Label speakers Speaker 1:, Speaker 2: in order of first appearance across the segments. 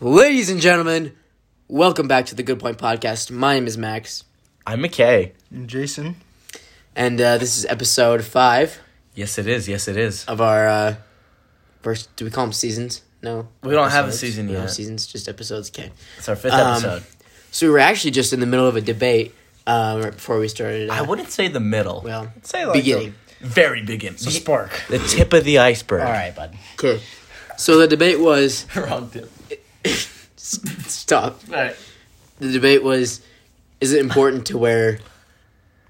Speaker 1: Ladies and gentlemen, welcome back to the Good Point Podcast. My name is Max,
Speaker 2: I'm McKay.
Speaker 3: And Jason,
Speaker 1: and uh, this is episode five
Speaker 2: Yes, it is. Yes, it is.
Speaker 1: of our uh, first. Do we call them seasons? No,
Speaker 2: We don't have a
Speaker 1: Episodes?
Speaker 2: season
Speaker 1: We don't have
Speaker 2: yet.
Speaker 1: seasons, just episodes. Okay.
Speaker 2: It's our fifth
Speaker 1: Um,
Speaker 2: episode.
Speaker 1: So we were actually just in the middle of a debate um, right before we started. Uh,
Speaker 2: I wouldn't say the middle.
Speaker 1: well,
Speaker 3: say like
Speaker 1: beginning.
Speaker 2: very beginning.
Speaker 3: the spark.
Speaker 2: the tip of the iceberg.
Speaker 3: All right, bud.
Speaker 1: Okay. So the debate was
Speaker 2: Wrong tip.
Speaker 1: stop.
Speaker 2: All right.
Speaker 1: The debate was: Is it important to wear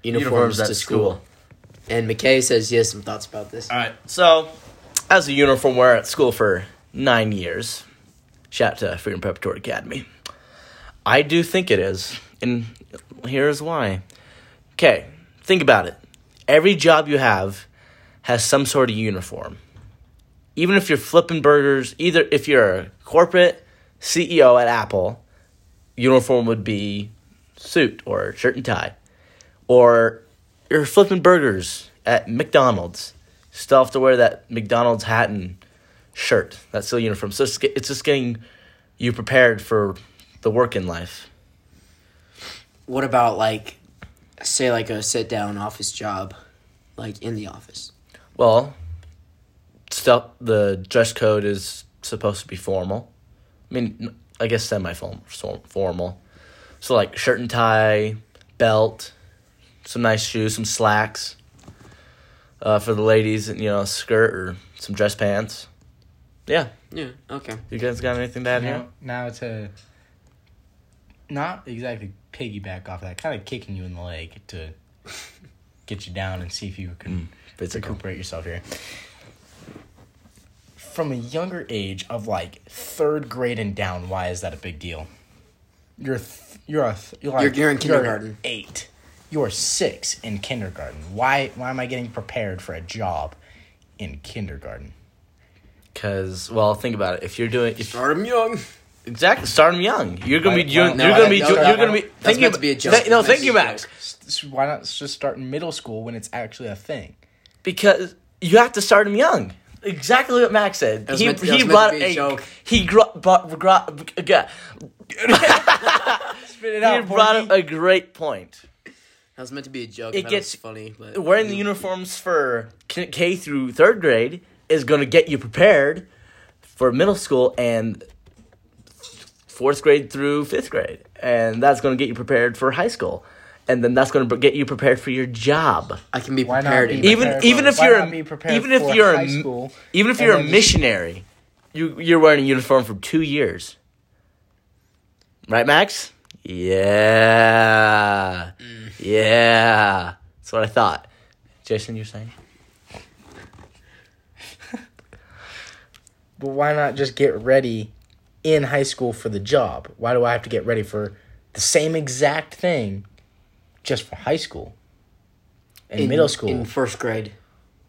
Speaker 1: uniforms,
Speaker 2: Uniforms at
Speaker 1: to
Speaker 2: school.
Speaker 1: school? And McKay says he has some thoughts about this.
Speaker 2: All right. So, as a uniform wearer at school for nine years, shout out to Freedom Preparatory Academy. I do think it is, and here's why. Okay, think about it. Every job you have has some sort of uniform. Even if you're flipping burgers, either if you're a corporate CEO at Apple, uniform would be suit or shirt and tie. Or you're flipping burgers at McDonald's. Still have to wear that McDonald's hat and shirt. That's still uniform. So it's, it's just getting you prepared for the work in life.
Speaker 1: What about like, say like a sit down office job, like in the office?
Speaker 2: Well, still the dress code is supposed to be formal. I mean, I guess semi formal. So like shirt and tie, belt, some nice shoes, some slacks. Uh, for the ladies, you know, a skirt or some dress pants. Yeah,
Speaker 1: Yeah. Okay.
Speaker 2: you guys got anything to add here?
Speaker 3: Now, now to not exactly piggyback off that, kind of kicking you in the leg to get you down and see if you can
Speaker 2: Physical.
Speaker 3: recuperate yourself here. From a younger age of like third grade and down, why is that a big deal? You're th- you're a th- you're, like,
Speaker 1: You're- you're in kindergarten.
Speaker 3: eight. You're six in kindergarten. Why why am I getting prepared for a job in kindergarten?
Speaker 2: Because well, think about it. If you're doing if,
Speaker 1: Start 'em young.
Speaker 2: exactly, start 'em young. You're gonna be
Speaker 3: Why-
Speaker 2: doing.
Speaker 3: why-
Speaker 1: no,
Speaker 2: you're gonna
Speaker 1: I-
Speaker 2: be.
Speaker 1: no,
Speaker 2: do-
Speaker 1: no,
Speaker 2: you're
Speaker 1: no,
Speaker 2: gonna be
Speaker 1: that's
Speaker 2: thinking
Speaker 1: meant to
Speaker 2: about-
Speaker 1: be a joke.
Speaker 2: Th- no,
Speaker 1: That's
Speaker 2: thank you,
Speaker 1: a joke.
Speaker 2: Max.
Speaker 3: S- Why not just start in middle school when it's actually a thing?
Speaker 2: because you have to start him young. Exactly what Max said.
Speaker 1: was
Speaker 2: he
Speaker 1: meant- that was
Speaker 2: he
Speaker 1: meant to
Speaker 2: brought
Speaker 1: be a
Speaker 2: a
Speaker 1: joke.
Speaker 2: he gro- brought, brought, yeah.
Speaker 3: Spit it
Speaker 2: he brought up a great point.
Speaker 1: That was meant to be a joke.
Speaker 2: It
Speaker 1: It gets
Speaker 2: gets-
Speaker 1: funny, but
Speaker 2: Wearing the uniforms for K- K through third grade is going to get you prepared for middle school and fourth grade through fifth grade, and that's going to get you prepared for high school, and then that's going to get you prepared for your job.
Speaker 1: I can be
Speaker 3: Why not
Speaker 1: prepared.
Speaker 3: be
Speaker 1: in-
Speaker 3: prepared?
Speaker 2: even even
Speaker 3: for-
Speaker 2: if
Speaker 3: why
Speaker 2: you're
Speaker 3: not
Speaker 2: a-
Speaker 3: be prepared
Speaker 2: even if
Speaker 3: for
Speaker 2: you're a
Speaker 3: high
Speaker 2: m-
Speaker 3: school
Speaker 2: even if
Speaker 3: and
Speaker 2: you're a
Speaker 3: then just-
Speaker 2: missionary, you you're wearing a uniform for two years, right, Max? Yeah,
Speaker 3: Mm.
Speaker 2: yeah. That's what I thought. Jason, you're saying?
Speaker 3: But why not just get ready in high school for the job? Why do I have to get ready for the same exact thing just for high school and
Speaker 1: in-
Speaker 3: middle school?
Speaker 1: in first grade.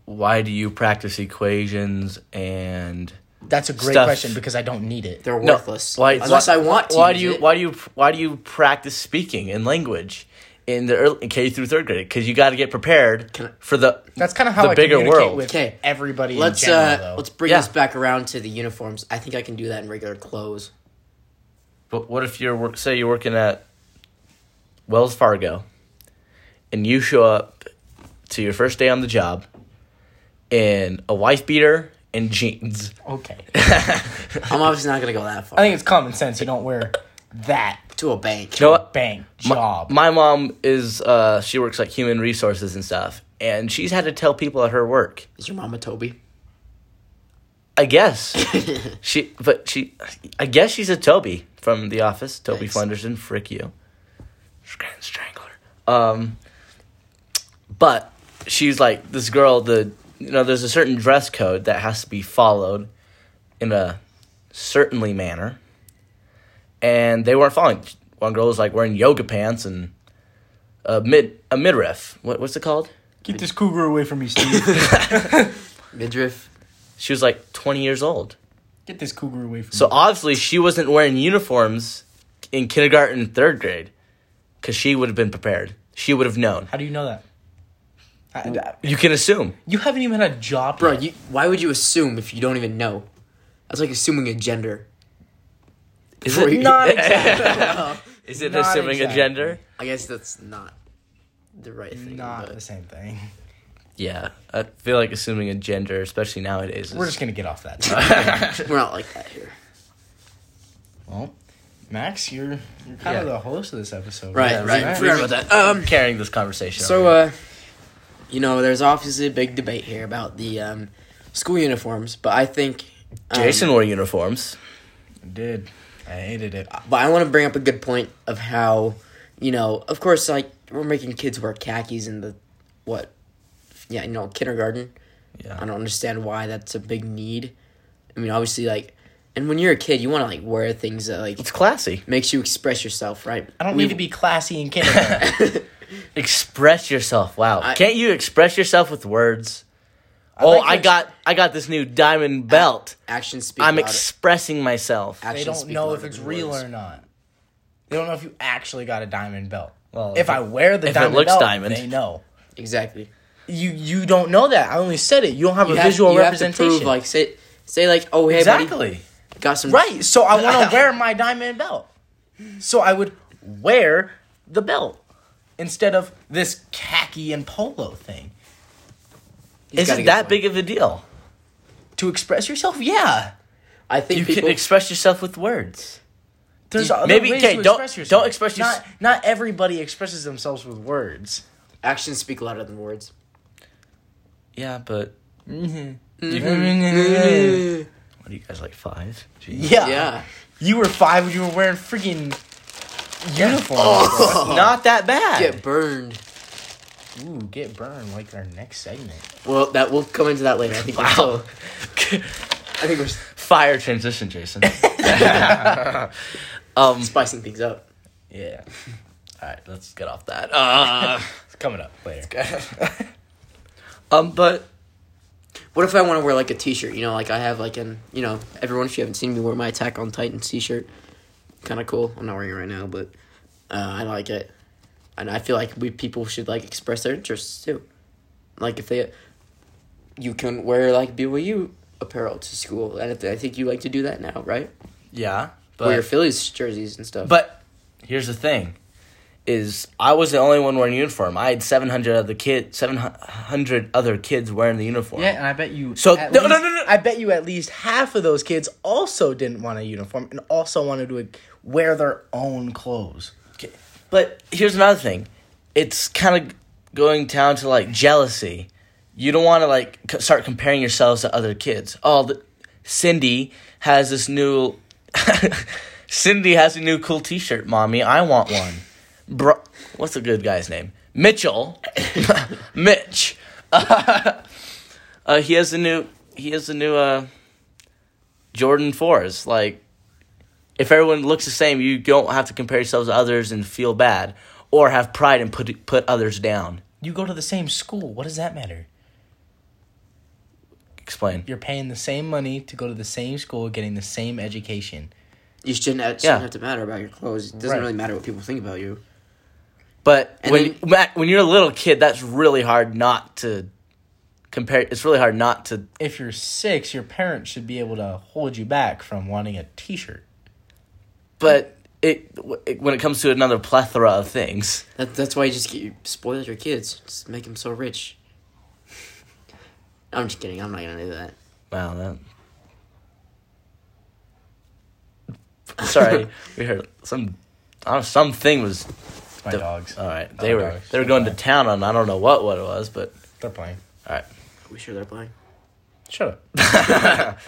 Speaker 2: Why do you practice equations and
Speaker 3: That's a great
Speaker 2: stuff.
Speaker 3: question because I don't need it.
Speaker 1: They're worthless.
Speaker 2: Why,
Speaker 1: Unless
Speaker 2: why-
Speaker 1: I want to.
Speaker 2: Why do
Speaker 1: use
Speaker 2: you
Speaker 1: it.
Speaker 2: why do you why do you practice speaking and language in the early, K through third grade? Because you got to get prepared
Speaker 1: Can I-
Speaker 2: for the
Speaker 3: That's kind of how
Speaker 2: the
Speaker 3: I
Speaker 2: bigger
Speaker 3: communicate
Speaker 2: world.
Speaker 3: with
Speaker 1: Okay.
Speaker 3: everybody
Speaker 1: Let's
Speaker 3: in general,
Speaker 1: uh,
Speaker 3: though.
Speaker 1: let's bring
Speaker 2: Yeah.
Speaker 1: this back around to the uniforms. I think I can do that in regular clothes.
Speaker 2: But what if you're work? Say you're working at Wells Fargo, and you show up to your first day on the job in a wife beater and jeans.
Speaker 3: okay.
Speaker 1: I'm obviously not gonna go that far.
Speaker 3: I think it's common sense. You don't wear that
Speaker 1: to a bank.
Speaker 2: You know what?
Speaker 3: bang
Speaker 2: My-
Speaker 3: job.
Speaker 2: My, mom is uh, she works like human resources and stuff, and she's had to tell people at her work.
Speaker 1: Is your mama Toby?
Speaker 2: I guess she, but she, I guess she's a Toby from The Office. Toby
Speaker 1: Thanks.
Speaker 2: Flinders and Frick you, Grand Strangler. Um, but she's like this girl. The you know, there's a certain dress code that has to be followed in a certainly manner, and they weren't following. One girl was like wearing yoga pants and a mid a midriff. What, what's it called?
Speaker 3: Keep this cougar away from me, Steve.
Speaker 1: Midriff.
Speaker 2: She was like 20 years old.
Speaker 3: Get this cougar away from
Speaker 2: So obviously she wasn't wearing uniforms in kindergarten and third grade because she would have been prepared. She would have known.
Speaker 3: How do you know that? I- I-
Speaker 2: You can assume.
Speaker 3: you haven't even had a job,
Speaker 1: Bro,
Speaker 3: yet.
Speaker 1: you, why would you assume if you don't even know? That's like assuming a gender.
Speaker 2: Is
Speaker 1: Before
Speaker 2: it
Speaker 1: you-
Speaker 3: Not exactly.
Speaker 2: Is it
Speaker 3: Not
Speaker 2: assuming a
Speaker 3: exactly.
Speaker 2: gender?
Speaker 1: I guess that's not the right thing.
Speaker 3: Not the
Speaker 1: but
Speaker 3: same thing.
Speaker 2: Yeah, I feel like assuming a gender, especially nowadays. Is,
Speaker 3: We're just gonna get off that.
Speaker 1: we're not like that here.
Speaker 3: well, Max, you're you're kind
Speaker 2: Yeah.
Speaker 3: of the host of this episode,
Speaker 1: Right,
Speaker 2: Yeah,
Speaker 1: right.
Speaker 2: right.
Speaker 1: Forgot about that. Um,
Speaker 2: carrying this conversation.
Speaker 1: So,
Speaker 2: over.
Speaker 1: uh, you know, there's obviously a big debate here about the um, school uniforms, but I think um,
Speaker 2: Jason wore uniforms.
Speaker 3: Did I hated it?
Speaker 1: But I want to bring up a good point of how, you know, of course, like we're making kids wear khakis in the what, yeah, you know, kindergarten. I
Speaker 2: Yeah,
Speaker 1: don't understand why that's a big need. I mean, obviously, like, and when you're a kid, you want to like wear things that like
Speaker 2: it's classy.
Speaker 1: makes you express yourself, right?
Speaker 3: I don't need to be classy in kindergarten.
Speaker 2: Express yourself. Wow,
Speaker 1: I-
Speaker 2: can't you express yourself with words? oh,
Speaker 3: like
Speaker 2: I
Speaker 3: your-
Speaker 2: got I got this new diamond belt.
Speaker 1: Actions speak.
Speaker 2: I'm
Speaker 1: louder.
Speaker 2: expressing myself.
Speaker 1: Actions
Speaker 3: they don't
Speaker 1: speak
Speaker 3: know
Speaker 1: louder
Speaker 3: if it's
Speaker 1: than
Speaker 3: real
Speaker 1: words.
Speaker 3: or not. They don't know if you actually got a diamond belt.
Speaker 2: Well,
Speaker 3: if
Speaker 2: if
Speaker 3: I wear the
Speaker 2: if it
Speaker 3: diamond
Speaker 2: looks
Speaker 3: belt,
Speaker 2: diamond.
Speaker 3: they know.
Speaker 1: Exactly.
Speaker 3: You you don't know that. I only said it. You don't have a
Speaker 1: You have-
Speaker 3: visual
Speaker 1: you have to
Speaker 3: representation.
Speaker 1: prove, like, say, say, like, oh, hey, buddy,
Speaker 3: exactly.
Speaker 1: got some
Speaker 3: Right. So I want to wear my diamond belt. So I would wear the belt instead of this khaki and polo thing.
Speaker 1: He's
Speaker 2: Is
Speaker 1: got a
Speaker 2: it
Speaker 1: good
Speaker 2: that
Speaker 1: point.
Speaker 2: big of a deal?
Speaker 3: To express yourself, yeah.
Speaker 1: I think
Speaker 2: You
Speaker 1: people.
Speaker 2: can express yourself with words.
Speaker 3: There's
Speaker 2: You-
Speaker 3: other
Speaker 2: maybe-
Speaker 3: ways
Speaker 2: okay,
Speaker 3: to
Speaker 2: don't-
Speaker 3: express yourself.
Speaker 2: don't express yours-
Speaker 3: Not, not everybody expresses themselves with words.
Speaker 1: actions speak louder than words.
Speaker 2: Yeah, but
Speaker 3: yeah.
Speaker 2: what are you guys like five? Jeez.
Speaker 1: Yeah.
Speaker 3: You were five when you were wearing freaking uniforms. Oh.
Speaker 2: Not that bad.
Speaker 1: Get burned.
Speaker 3: bro. Ooh, get burned like our next segment.
Speaker 1: Well, that we'll come into that later. I think. We're still,
Speaker 2: Wow.
Speaker 1: I think we're s-
Speaker 2: Fire transition, Jason. um,
Speaker 1: spicing things up.
Speaker 3: Yeah.
Speaker 2: all right, let's get off that. Uh,
Speaker 3: It's coming up later.
Speaker 2: um, but
Speaker 1: What if I want to wear like a T-shirt? You know, like I have like an you know everyone. If you haven't seen me wear my Attack on Titan T-shirt, kind of cool. I'm not wearing it right now, but uh, I like it, and I feel like we people should like express their interests too. Like if they, you can wear like BYU apparel to school, and if- I think you like to do that now, right?
Speaker 2: yeah,
Speaker 1: wear your
Speaker 2: but
Speaker 1: Phillies jerseys and stuff.
Speaker 2: but here's the thing: is I was the only one wearing uniform. I had seven hundred other kids, seven hundred other kids wearing the uniform.
Speaker 3: Yeah, and I bet you.
Speaker 2: So-
Speaker 3: at
Speaker 2: no, no,
Speaker 3: least-
Speaker 2: no, no.
Speaker 3: I bet you at least half of those kids also didn't want a uniform and also wanted to wear their own clothes.
Speaker 2: Okay, But here's another thing. It's kind of going down to like jealousy. You don't want to like c- start comparing yourselves to other kids. Oh, the- Cindy has this new. Cindy has a new cool T-shirt, mommy. I want one. Bro, what's a good guy's name? Mitchell. Mitch. uh, he has a new. He has a new. Uh, Jordan fours. Like, if everyone looks the same, you don't have to compare yourselves to others and feel bad or have pride and put put others down.
Speaker 3: You go to the same school. What does that matter?
Speaker 2: Explain.
Speaker 3: You're paying the same money to go to the same school, getting the same education.
Speaker 1: you shouldn't, it shouldn't
Speaker 2: Yeah.
Speaker 1: have to matter about your clothes. It doesn't
Speaker 3: Right.
Speaker 1: really matter what people think about you.
Speaker 2: But
Speaker 1: And
Speaker 2: when Matt, when you're a little kid, that's really hard not to compare. It's really hard not to.
Speaker 3: If you're six, your parents should be able to hold you back from wanting a T-shirt.
Speaker 2: But it, w- it when it comes to another plethora of things.
Speaker 1: That, that's why you just get, you spoil your kids. Just make them so rich. I'm just kidding. I'm not gonna do that.
Speaker 2: Wow. That. Sorry, we heard some. I don't know, something was
Speaker 3: My
Speaker 2: The- uh.
Speaker 3: dogs.
Speaker 2: all right. They
Speaker 3: Oh,
Speaker 2: were
Speaker 3: dogs.
Speaker 2: they were going to town on I don't know what what it was, but
Speaker 3: They're playing.
Speaker 2: all right.
Speaker 1: Are we sure they're playing?
Speaker 3: Shut up.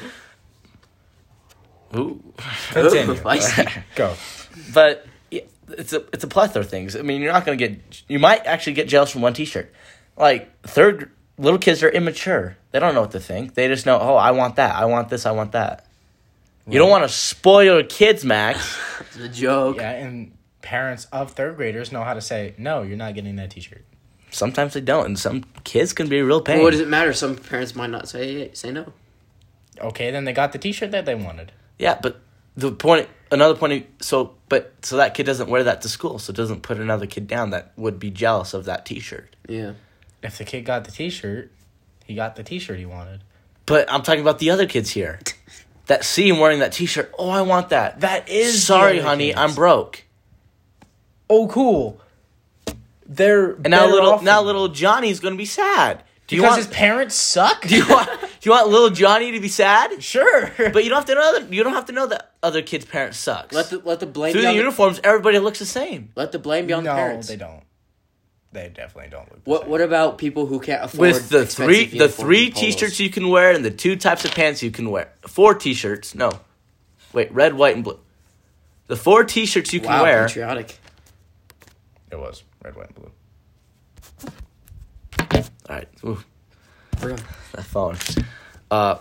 Speaker 2: Ooh.
Speaker 3: Continue.
Speaker 1: I see.
Speaker 3: Go.
Speaker 2: but yeah, it's a it's a plethora of things. I mean, you're not going to get you might actually get jealous from one T-shirt. Like third little kids are immature. They don't know what to think. They just know, oh, I want that. I want this. I want that. You don't want to spoil your kids, Max.
Speaker 1: It's a joke.
Speaker 3: Yeah, and parents of third graders know how to say, "No, you're not getting that T-shirt."
Speaker 2: Sometimes they don't, and some kids can be a real pain.
Speaker 1: Well, what does it matter? Some parents might not say say no.
Speaker 3: Okay, then they got the T-shirt that they wanted.
Speaker 2: Yeah, but the point, another point. So, but so that kid doesn't wear that to school, so it doesn't put another kid down that would be jealous of that T-shirt.
Speaker 1: Yeah.
Speaker 3: If the kid got the T-shirt, he got the T-shirt he wanted.
Speaker 2: But I'm talking about the other kids here. that see him wearing that T-shirt. Oh, I want that.
Speaker 3: That is the
Speaker 2: sorry,
Speaker 3: other
Speaker 2: honey,
Speaker 3: thing.
Speaker 2: I'm broke.
Speaker 3: Oh, cool. They're
Speaker 2: And now little now little Johnny's gonna be sad. Do you
Speaker 3: because
Speaker 2: want
Speaker 3: his parents suck.
Speaker 2: do you want do you want little Johnny to be sad?
Speaker 3: sure,
Speaker 2: But you don't have to know that you don't have to know that other kids' parents sucks.
Speaker 1: Let the let the blame
Speaker 2: Through
Speaker 1: be
Speaker 2: the
Speaker 1: on the,
Speaker 2: uniforms, everybody looks the same.
Speaker 1: let the blame be on the
Speaker 3: no,
Speaker 1: parents.
Speaker 3: they don't. They definitely don't look. The
Speaker 1: What
Speaker 3: same.
Speaker 1: what about people who can't afford
Speaker 2: With the
Speaker 1: expensive
Speaker 2: three the
Speaker 1: uniforms
Speaker 2: three
Speaker 1: and polos?
Speaker 2: T-shirts you can wear and the two types of pants you can wear. Four T-shirts. No, wait, red, white, and blue. The four T-shirts you can
Speaker 1: wow,
Speaker 2: wear.
Speaker 1: patriotic.
Speaker 3: It was red, white, and blue.
Speaker 2: All right. Ooh.
Speaker 1: Bro.
Speaker 2: that phone. Uh,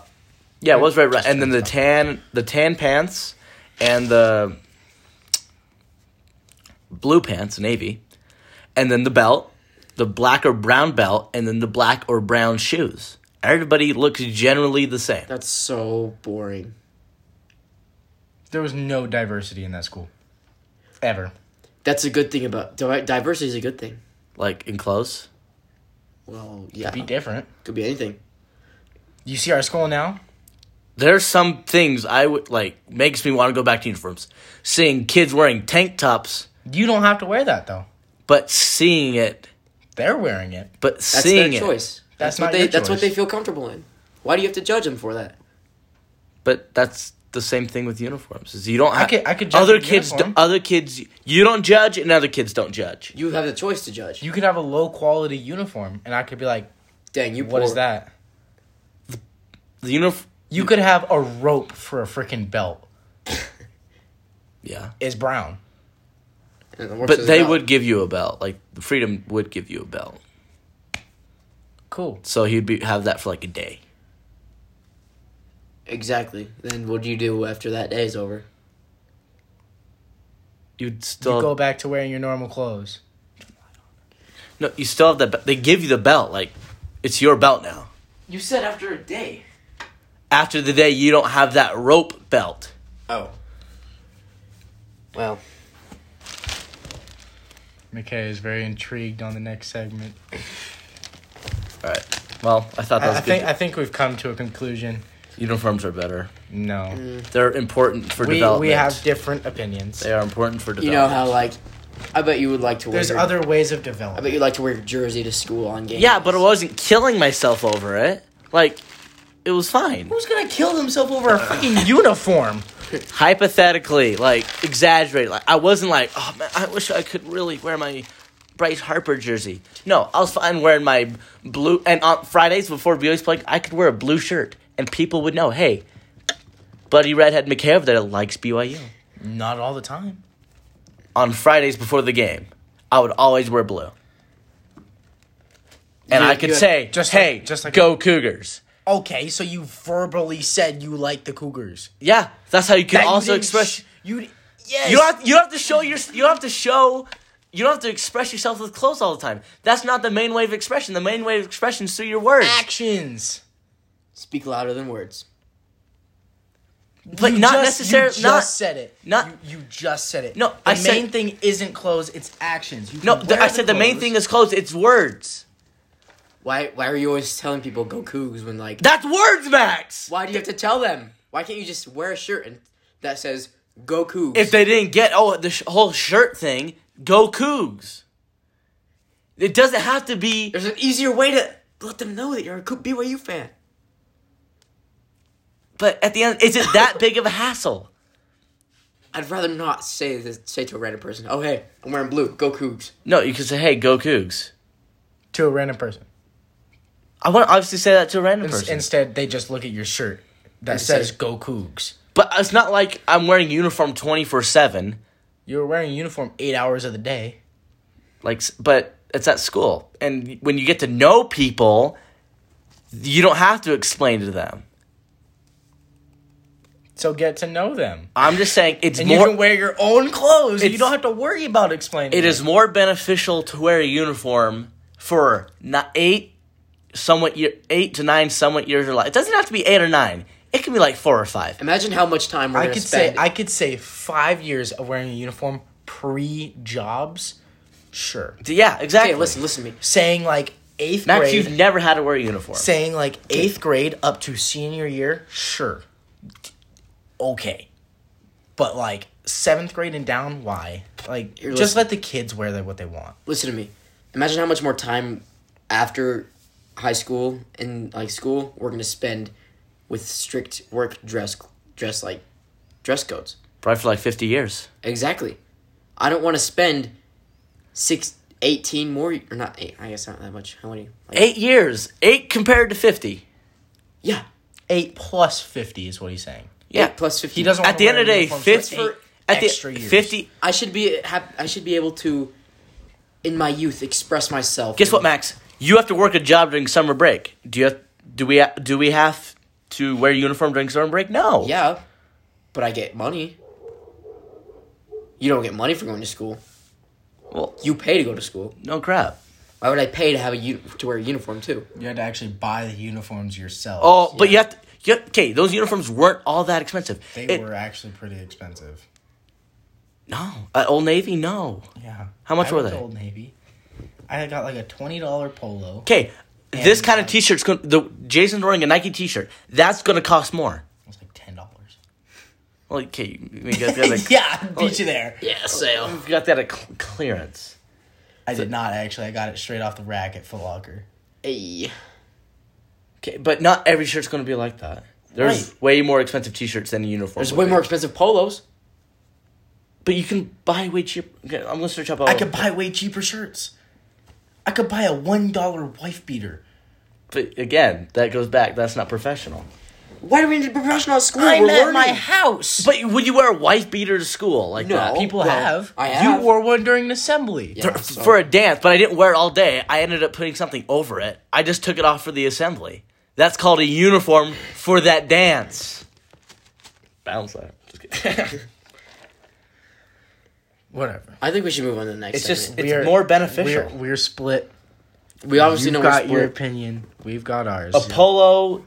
Speaker 2: yeah, it was right, right. And then the tan, the tan pants, and the blue pants, navy, and then the belt, the black or brown belt, and then the black or brown shoes. Everybody looks generally the same.
Speaker 1: That's so boring.
Speaker 3: There was no diversity in that school, ever.
Speaker 1: That's a good thing about di- diversity is a good thing.
Speaker 2: Like in clothes,
Speaker 1: Well, yeah,
Speaker 3: Be different.
Speaker 1: could be anything.
Speaker 3: You see our school now.
Speaker 2: there's some things I would like makes me want to go back to uniforms. Seeing kids wearing tank tops,
Speaker 3: You don't have to wear that though.
Speaker 2: but seeing it,
Speaker 3: They're wearing it.
Speaker 2: but
Speaker 1: That's
Speaker 2: seeing
Speaker 1: their
Speaker 2: it,
Speaker 1: choice.
Speaker 3: That's
Speaker 1: what
Speaker 3: not
Speaker 1: they.
Speaker 3: your
Speaker 1: That's what
Speaker 3: choice.
Speaker 1: they feel comfortable in. Why do you have to judge them for that?
Speaker 2: But that's the same thing with uniforms. Is you don't have
Speaker 3: could- I could judge
Speaker 2: other
Speaker 3: the
Speaker 2: kids.
Speaker 3: uniform.
Speaker 2: d other kids, you don't judge, and other kids don't judge.
Speaker 1: You have the choice to judge.
Speaker 3: You could have a low quality uniform, and I could be like,
Speaker 1: Dang, you.
Speaker 3: "What is
Speaker 1: poor.
Speaker 3: that?"
Speaker 2: The uniform,
Speaker 3: You could have a rope for a freaking belt.
Speaker 2: yeah.
Speaker 3: It's brown.
Speaker 1: And the worst
Speaker 2: But
Speaker 1: is
Speaker 2: they
Speaker 1: about-
Speaker 2: would give you a belt. Like the freedom would give you a belt.
Speaker 3: Cool.
Speaker 2: So he'd be have that for like a day.
Speaker 1: exactly. Then what do you do after that day is over?
Speaker 2: You'd
Speaker 3: You
Speaker 2: still
Speaker 3: go back to wearing your normal clothes.
Speaker 2: no. You still have the. be- They give you the belt. Like it's your belt now.
Speaker 1: You said after a day.
Speaker 2: After the day, you don't have that rope belt.
Speaker 1: Oh. Well,
Speaker 3: McKay is very intrigued on the next segment.
Speaker 2: All right. Well, I thought that
Speaker 3: I,
Speaker 2: was
Speaker 3: I
Speaker 2: good.
Speaker 3: think I think we've come to a conclusion.
Speaker 2: uniforms are better.
Speaker 3: No,
Speaker 1: Mm.
Speaker 2: They're important for
Speaker 3: we
Speaker 2: development.
Speaker 3: we have different opinions.
Speaker 2: They are important for
Speaker 1: you
Speaker 2: development.
Speaker 1: know how like, I bet you would like to wear.
Speaker 3: There's
Speaker 1: your-
Speaker 3: other ways of
Speaker 1: I bet
Speaker 3: development.
Speaker 1: you like to wear your jersey to school on game.
Speaker 2: Yeah, but I wasn't killing myself over it. Like, it was fine.
Speaker 3: Who's gonna kill themselves over a freaking uniform?
Speaker 2: Hypothetically, like, exaggerated. Like, I wasn't like, oh man, I wish I could really wear my Bryce Harper jersey. No, I was fine wearing my blue. And on Fridays before BYU's played, I could wear a blue shirt, and people would know, hey, buddy redhead McKay over there likes BYU.
Speaker 3: Not all the time.
Speaker 2: On Fridays before the game, I would always wear blue. And
Speaker 1: You-
Speaker 2: I could
Speaker 1: you-
Speaker 2: say,
Speaker 3: just like-
Speaker 2: hey,
Speaker 3: just like-
Speaker 2: go Cougars.
Speaker 3: Okay, so you verbally said you like the Cougars.
Speaker 2: Yeah, that's how you can
Speaker 3: That you
Speaker 2: also
Speaker 3: didn't
Speaker 2: express.
Speaker 3: sh- you. Yes.
Speaker 2: You don't have, you don't have to show your you don't have to show you don't have to express yourself with clothes all the time. That's not the main way of expression. The main way of expression is through your words.
Speaker 3: actions.
Speaker 1: Speak louder than words.
Speaker 2: but
Speaker 3: You
Speaker 2: not
Speaker 3: just-
Speaker 2: necessarily
Speaker 3: You just
Speaker 2: not
Speaker 3: said it.
Speaker 2: not-
Speaker 3: you, you just said it.
Speaker 2: No,
Speaker 3: the
Speaker 2: I
Speaker 3: main
Speaker 2: said-
Speaker 3: thing isn't clothes; it's actions. You
Speaker 2: No,
Speaker 3: can
Speaker 2: th-
Speaker 3: wear
Speaker 2: I said the main
Speaker 3: clothes.
Speaker 2: thing is clothes. It's words.
Speaker 1: Why why are you always telling people go Cougs when like
Speaker 2: That's words, Max.
Speaker 1: why do you have to tell them? Why can't you just wear a shirt and that says go Cougs?
Speaker 2: If they didn't get oh the sh- whole shirt thing, go Cougs. It doesn't have to be
Speaker 1: There's an easier way to let them know that you're a Coo- BYU fan.
Speaker 2: but at the end is it that big of a hassle?
Speaker 1: I'd rather not say this, say to a random person, "Oh hey, I'm wearing blue. Go Cougs."
Speaker 2: No, you can say, "Hey, go Cougs."
Speaker 3: to a random person.
Speaker 2: I want to obviously say that to a random
Speaker 3: Ins-
Speaker 2: person.
Speaker 3: Instead, they just look at your shirt that
Speaker 1: say-
Speaker 3: says "Go Cougs."
Speaker 2: But it's not like I'm wearing uniform 24 7.
Speaker 3: You were wearing a uniform eight hours of the day.
Speaker 2: Like, s- but it's at school. And when you get to know people, you don't have to explain to them.
Speaker 3: So get to know them,
Speaker 2: I'm just saying it's
Speaker 3: and
Speaker 2: more.
Speaker 3: you can wear your own clothes. You
Speaker 2: It's-
Speaker 3: don't have to worry about explaining.
Speaker 2: it is more beneficial to wear a uniform for not eight, somewhat year, eight to nine somewhat years of life. It doesn't have to be eight or nine. It can be like four or five.
Speaker 1: Imagine how much time we're
Speaker 3: I
Speaker 1: gonna
Speaker 3: could say
Speaker 1: spend.
Speaker 3: I could say five years of wearing a uniform pre jobs. Sure,
Speaker 2: Yeah, exactly.
Speaker 1: hey, listen, listen to me.
Speaker 3: saying like eighth
Speaker 2: Max,
Speaker 3: grade.
Speaker 2: you've never had to wear a uniform.
Speaker 3: saying like eighth grade up to senior year, sure. okay. But like seventh grade and down, why? Like
Speaker 1: You're
Speaker 3: just
Speaker 1: listening-
Speaker 3: let the kids wear their, what they want.
Speaker 1: Listen to me. Imagine how much more time after high school and like school we're gonna spend with strict work dress dress like dress codes.
Speaker 2: Probably for like 50 years.
Speaker 1: Exactly. I don't want to spend six, 18 more, or not eight. I guess not that much. How many? Like,
Speaker 2: Eight years. Eight compared to 50.
Speaker 1: yeah,
Speaker 3: Eight plus fifty is what he's saying.
Speaker 2: Yeah.
Speaker 1: Eight plus fifty.
Speaker 3: He doesn't.
Speaker 2: At the end of the day, 50.
Speaker 1: for eight
Speaker 2: at the
Speaker 3: extra years.
Speaker 2: 50.
Speaker 1: I should be. Have, I should be able to, in my youth, express myself.
Speaker 2: Guess what, Max? You have to work a job during summer break. Do you have, do we ha- do we have to wear uniform during summer break? No.
Speaker 1: Yeah, but I get money. You don't get money for going to school.
Speaker 2: Well,
Speaker 1: You pay to go to school.
Speaker 2: no crap.
Speaker 1: Why would I pay to have a u- to wear a uniform too?
Speaker 3: You had to actually buy the uniforms yourself.
Speaker 2: Oh, but you have to. You have, okay, those uniforms weren't all that expensive.
Speaker 3: they
Speaker 2: It-
Speaker 3: were actually pretty expensive.
Speaker 2: No, at Old Navy, no.
Speaker 3: Yeah.
Speaker 2: How much
Speaker 3: I
Speaker 2: were
Speaker 3: went to
Speaker 2: they?
Speaker 3: Old Navy. I got like a twenty dollar polo.
Speaker 2: Okay, this
Speaker 3: And,
Speaker 2: kind of
Speaker 3: um,
Speaker 2: T-shirt's going. The Jason's wearing a Nike T-shirt. That's going to cost more.
Speaker 3: It was like ten dollars.
Speaker 2: Well, okay, you, you got that. At,
Speaker 3: yeah, I beat
Speaker 1: Oh,
Speaker 3: you there.
Speaker 1: Yeah, sale.
Speaker 2: you got that at cl- clearance.
Speaker 3: I did not actually. I got it straight off the rack at Foot Locker.
Speaker 1: Hey,
Speaker 2: Okay, but not every shirt's going to be like that. There's
Speaker 3: Right.
Speaker 2: way more expensive T-shirts than a uniform.
Speaker 1: there's
Speaker 2: would
Speaker 1: way
Speaker 2: be.
Speaker 1: more expensive polos.
Speaker 2: But you can buy way cheap. Okay, I'm going to search
Speaker 1: Oh,
Speaker 2: up. All,
Speaker 3: I could buy way cheaper shirts. I could buy a one dollar wife beater.
Speaker 2: But again, that goes back. That's not professional.
Speaker 1: Why do we need professional at school?
Speaker 3: I'm
Speaker 1: We're
Speaker 3: at
Speaker 1: learning.
Speaker 3: my house.
Speaker 2: But would you wear a wife beater to school like
Speaker 1: No.
Speaker 2: that?
Speaker 1: People Well, I have.
Speaker 3: You wore one during an assembly.
Speaker 1: Yeah,
Speaker 2: for,
Speaker 1: so-
Speaker 2: for a dance, but I didn't wear it all day. I ended up putting something over it. I just took it off for the assembly. That's called a uniform for that dance. Bounce that. Just kidding.
Speaker 3: Whatever.
Speaker 1: I think we should move on to the next.
Speaker 2: it's just
Speaker 1: segment.
Speaker 2: it's
Speaker 3: We are-
Speaker 2: more
Speaker 3: We're,
Speaker 2: beneficial.
Speaker 3: we're split.
Speaker 1: we obviously
Speaker 3: You've
Speaker 1: know
Speaker 3: got
Speaker 1: we're
Speaker 3: your
Speaker 1: split.
Speaker 3: opinion. We've got ours.
Speaker 2: A polo,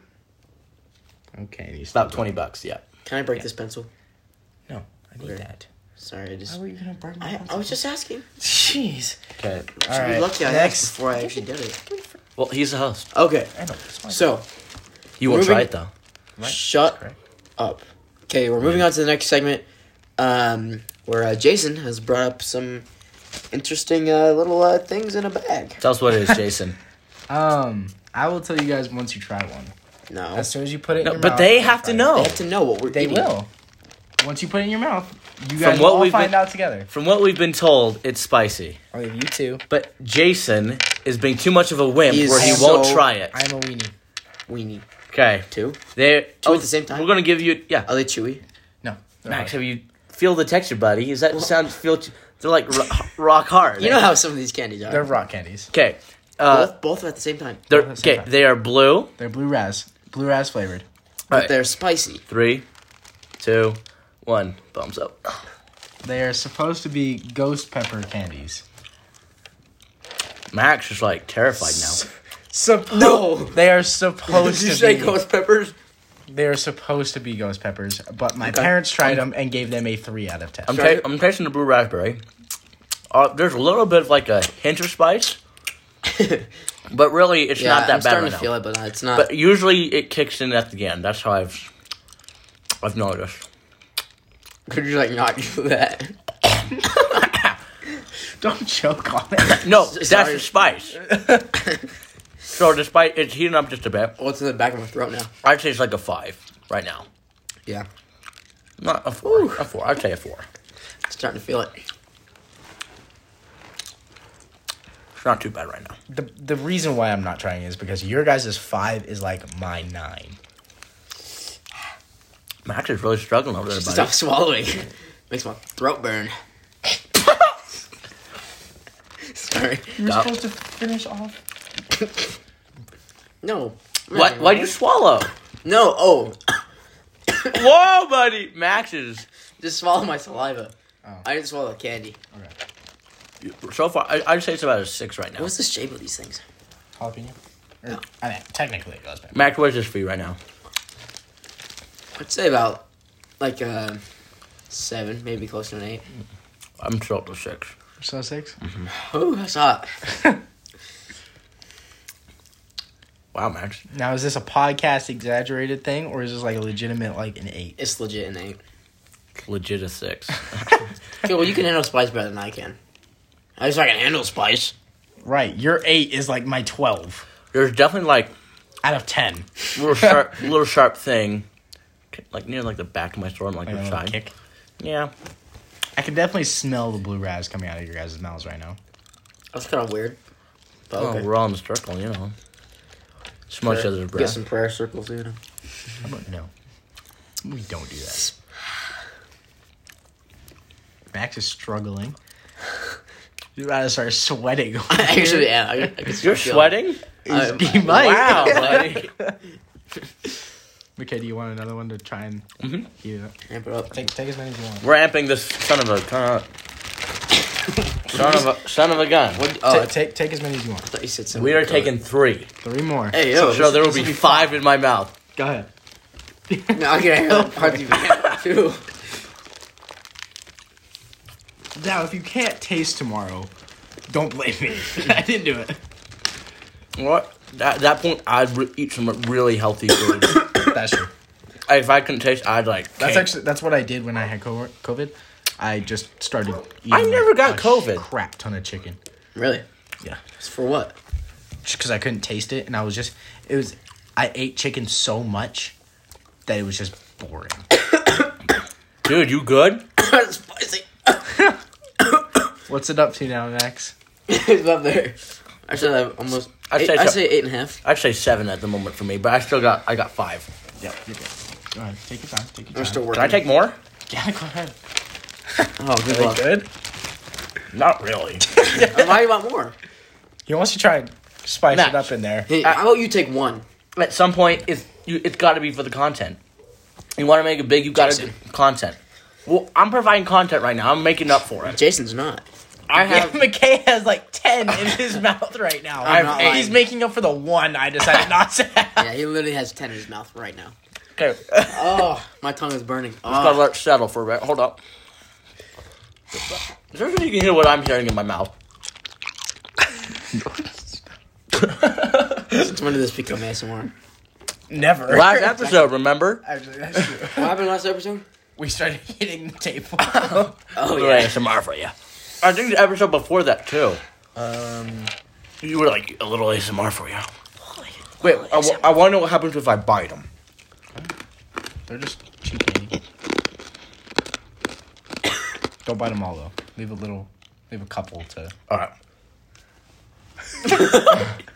Speaker 3: okay. You
Speaker 2: about twenty bucks. Yeah.
Speaker 1: Can I break this pencil?
Speaker 3: No, I need that.
Speaker 1: Sorry, I just.
Speaker 3: How are you gonna burn my
Speaker 1: I, I was just asking.
Speaker 3: Jeez.
Speaker 2: Okay.
Speaker 3: All
Speaker 1: Should be
Speaker 3: right.
Speaker 1: lucky I asked
Speaker 3: Next.
Speaker 1: before I actually did it.
Speaker 2: Well, he's the host.
Speaker 1: Okay,
Speaker 3: I know. It's fine.
Speaker 1: so
Speaker 2: You will
Speaker 1: Moving-
Speaker 2: try it though.
Speaker 3: Right?
Speaker 1: shut
Speaker 3: Correct.
Speaker 1: up. Okay, we're moving on to the next segment, um, where uh, Jason has brought up some interesting uh, little uh, things in a bag.
Speaker 2: Tell us what it is, Jason.
Speaker 3: Um, I will tell you guys once you try one.
Speaker 1: No,
Speaker 3: As soon as you put it,
Speaker 2: No,
Speaker 3: in your
Speaker 2: but
Speaker 3: mouth,
Speaker 2: they
Speaker 3: you'll
Speaker 2: have to
Speaker 3: try it.
Speaker 1: they
Speaker 2: know.
Speaker 1: have to know what we're
Speaker 3: They
Speaker 1: eating.
Speaker 3: will. Once you put it in your mouth, you guys
Speaker 2: what
Speaker 3: will all
Speaker 2: we've
Speaker 3: find
Speaker 2: been- Oh,
Speaker 3: out together.
Speaker 2: From what we've been told, it's spicy.
Speaker 3: I'll leave you two.
Speaker 2: But Jason is being too much of a wimp
Speaker 1: He is
Speaker 2: where he
Speaker 1: so-
Speaker 2: won't try it.
Speaker 3: I'm a weenie.
Speaker 1: We need
Speaker 2: Okay.
Speaker 1: two.
Speaker 2: They're,
Speaker 1: Two Oh, at the same time? Oh.
Speaker 2: We're gonna give you yeah.
Speaker 1: Are they chewy?
Speaker 3: No. they're
Speaker 2: Max, have
Speaker 3: hard.
Speaker 2: you feel the texture, buddy? Is that sound feel? They're like ro- rock hard.
Speaker 1: You know how some of these candies are.
Speaker 3: They're rock candies.
Speaker 2: Okay. Uh,
Speaker 1: both, both are at the same time,
Speaker 2: they're
Speaker 3: Both at the same
Speaker 2: okay.
Speaker 3: time.
Speaker 2: They are blue.
Speaker 3: They're blue raz. Blue raz flavored.
Speaker 1: but
Speaker 2: Alright.
Speaker 1: they're spicy.
Speaker 2: Three, two, one. Thumbs up.
Speaker 3: They are supposed to be ghost pepper candies.
Speaker 2: Max is like terrified now.
Speaker 3: Suppo-
Speaker 1: No!
Speaker 3: They are supposed to be.
Speaker 1: peppers?
Speaker 3: they are supposed to be ghost peppers, but my
Speaker 1: Okay.
Speaker 3: parents tried them and gave them a three out of 10
Speaker 2: I'm,
Speaker 1: Try
Speaker 2: ta-
Speaker 1: it.
Speaker 2: I'm tasting the blue raspberry. Uh, there's a little bit of like a hint of spice, but really it's
Speaker 1: Yeah,
Speaker 2: not that
Speaker 1: I'm
Speaker 2: bad
Speaker 1: starting
Speaker 2: right
Speaker 1: to
Speaker 2: now.
Speaker 1: feel it, but uh, it's not.
Speaker 2: But usually it kicks in at the end. That's how I've I've noticed.
Speaker 1: Could you like not do that?
Speaker 3: Don't choke on it.
Speaker 2: No,
Speaker 1: S-
Speaker 2: that's
Speaker 1: sorry.
Speaker 2: the spice. so despite it's heating up just a bit,
Speaker 1: What's in the back of my throat now?
Speaker 2: I'd say it's like a five right now.
Speaker 1: Yeah,
Speaker 2: Not a four. A four. I'd say a four.
Speaker 1: starting to feel it.
Speaker 2: It's not too bad right now.
Speaker 3: the, the reason why I'm not trying is because your guys' five is like my nine.
Speaker 2: Max is really struggling over there, buddy.
Speaker 1: Stop swallowing. Makes my throat burn. Sorry.
Speaker 3: You're
Speaker 2: Stop.
Speaker 3: supposed to finish off.
Speaker 1: No.
Speaker 2: Why why'd you swallow?
Speaker 1: No. Oh,
Speaker 2: Whoa, buddy. Max is
Speaker 1: just swallow my saliva.
Speaker 3: Oh.
Speaker 1: I didn't swallow the candy.
Speaker 3: Okay.
Speaker 2: so far I I'd say it's about a six right now.
Speaker 1: What's the shape of these things?
Speaker 3: Jalapeno. Or, I mean, technically it goes back.
Speaker 2: Max, where's this for you right now?
Speaker 1: I'd say about like uh, seven, maybe close to an eight.
Speaker 2: I'm still at the six.
Speaker 3: So Mm-hmm. six.
Speaker 1: Oh, that's hot.
Speaker 2: Wow, Max.
Speaker 3: Now, is this a podcast exaggerated thing, or is this like a legitimate like an eight?
Speaker 1: It's legit an eight.
Speaker 2: Legit a six.
Speaker 1: Okay, well, you can handle spice better than I can. I just I can handle spice.
Speaker 3: Right, your eight is like my twelve
Speaker 2: There's definitely like
Speaker 3: out of ten.
Speaker 2: little sharp, little sharp thing, like near like the back of my throat, and, like
Speaker 3: Like a
Speaker 2: the
Speaker 3: little
Speaker 2: side.
Speaker 3: kick.
Speaker 2: Yeah,
Speaker 3: I can definitely smell the blue raz coming out of your guys' mouths right now.
Speaker 1: That's kind of weird. But
Speaker 2: well,
Speaker 1: okay.
Speaker 2: Oh, we're all in a circle, you know. Smell each other's
Speaker 1: Get
Speaker 2: breath.
Speaker 1: some prayer circles, you know.
Speaker 3: How about no? We don't do that. Max is struggling. You gotta start sweating.
Speaker 1: Actually, yeah. I, I can
Speaker 2: You're sweating.
Speaker 1: I,
Speaker 3: he might.
Speaker 2: Wow, buddy.
Speaker 3: Okay, do you want another one to try and
Speaker 2: Mhm.
Speaker 3: heat it up?
Speaker 1: amp it up.
Speaker 3: Mm-hmm. Take, take as many as you want.
Speaker 2: Ramping this son of a gun. son of a son of a gun.
Speaker 1: What, oh,
Speaker 3: Ta- take, take as many as you want.
Speaker 1: I thought you said something.
Speaker 2: We are
Speaker 1: good.
Speaker 2: taking three.
Speaker 3: Three more.
Speaker 1: Hey, yo.
Speaker 2: so there will
Speaker 1: this-
Speaker 2: be five in my mouth.
Speaker 3: Go ahead.
Speaker 1: No, I can handle parts too.
Speaker 3: Now, if you can't taste tomorrow, don't blame me. I didn't do it.
Speaker 2: What? At that point, I'd re- eat some really healthy food.
Speaker 3: That's true.
Speaker 2: if I couldn't taste, I'd like.
Speaker 3: That's
Speaker 2: cake.
Speaker 3: actually that's what I did when I had co- COVID. I just started. Eating
Speaker 2: I never got
Speaker 3: a
Speaker 2: COVID.
Speaker 3: Crap ton of chicken.
Speaker 1: Really?
Speaker 3: Yeah,
Speaker 1: It's for what?
Speaker 3: because I couldn't taste it, and I was just it was I ate chicken so much that it was just boring.
Speaker 2: dude. You good?
Speaker 1: It's spicy.
Speaker 3: What's it up to now, Max?
Speaker 1: it's up there. I said I almost.
Speaker 2: I'd
Speaker 1: eight-
Speaker 2: say
Speaker 1: I'd
Speaker 2: so.
Speaker 1: say eight and a half.
Speaker 2: I'd say seven at the moment for me, but I still got. I got five.
Speaker 3: Yep, you're good. Go ahead, take your time. Take your
Speaker 1: I'm
Speaker 3: time.
Speaker 1: still working.
Speaker 2: Can I take more?
Speaker 3: yeah, go ahead.
Speaker 1: Oh, good luck.
Speaker 3: good?
Speaker 2: Not really.
Speaker 1: Why do you want more?
Speaker 3: He wants to try and spice
Speaker 2: Max.
Speaker 3: it up in there.
Speaker 1: Hey, how about you take one?
Speaker 2: at some point, it's you, it's got to be for the content. You want to make it big, you got to
Speaker 1: Jason.
Speaker 2: content. Well, I'm providing content right now. I'm making up for it.
Speaker 1: Jason's not.
Speaker 2: I have
Speaker 3: McKay has like ten in his mouth right now.
Speaker 1: I'm not lying.
Speaker 3: he's making up for the one I decided not to have.
Speaker 1: Yeah, he literally has ten in his mouth right now.
Speaker 2: okay. Just
Speaker 1: Oh, my tongue is burning.
Speaker 2: gotta
Speaker 1: Oh,
Speaker 2: let it settle for a bit. Hold up. Is there any way you can hear what I'm hearing in my mouth?
Speaker 1: since when did this become ASMR?
Speaker 3: Never.
Speaker 2: Last episode, remember?
Speaker 3: Actually, that's true.
Speaker 1: What happened last episode?
Speaker 3: We started hitting the table.
Speaker 1: Oh
Speaker 2: Little
Speaker 1: yeah.
Speaker 2: ASMR for you. I think the episode before that too.
Speaker 3: um,
Speaker 2: You were like a little ASMR for you. Wait, I want to know what happens if I bite them.
Speaker 3: they're just cheap candy. Don't bite them all though. Leave a little. Leave a couple to.
Speaker 2: All right.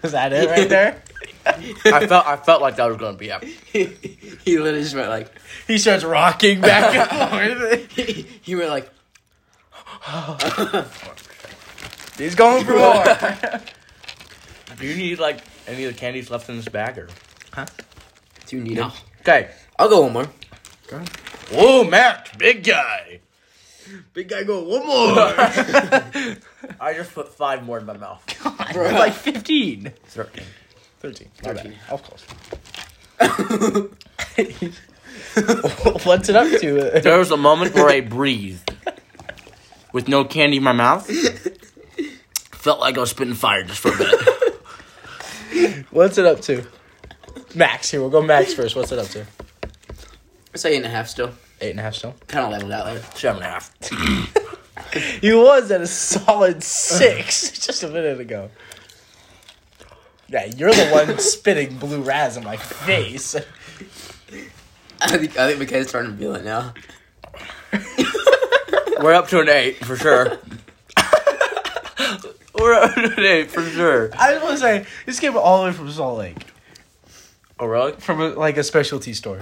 Speaker 3: Is that it right there?
Speaker 2: I felt I felt like that was gonna be it.
Speaker 1: he literally just went like,
Speaker 3: he starts rocking back and forth.
Speaker 1: he went like,
Speaker 3: He's going for more.
Speaker 2: Do you need like any of the candies left in this bag or?
Speaker 1: do you need
Speaker 2: No.
Speaker 1: it?
Speaker 2: Okay.
Speaker 1: I'll go one more.
Speaker 2: Whoa, Max, big guy.
Speaker 1: Big guy, go one more.
Speaker 2: I just put five more in my mouth.
Speaker 1: Bro.
Speaker 3: like fifteen.
Speaker 2: Thirteen.
Speaker 3: Thirteen.
Speaker 1: Thirteen.
Speaker 3: Of course. What's it up to?
Speaker 2: There was a moment where I breathed with no candy in my mouth. Felt like I was spitting fire just for a bit.
Speaker 3: What's it up to? Max, here we'll go. Max first. What's it up to?
Speaker 1: I'd say eight and a half still.
Speaker 3: Eight and a half stone.
Speaker 1: Kind of leveled out there.
Speaker 2: Seven and a half.
Speaker 3: He was at a solid six just a minute ago. Yeah, you're the one spitting blue raz in my face.
Speaker 1: I think I think McKay's starting to feel it now.
Speaker 2: We're up to an eight for sure. We're up to an eight for sure.
Speaker 3: I just want to say this came all the way from Salt Lake,
Speaker 2: Oh really?
Speaker 3: from a, like a specialty store.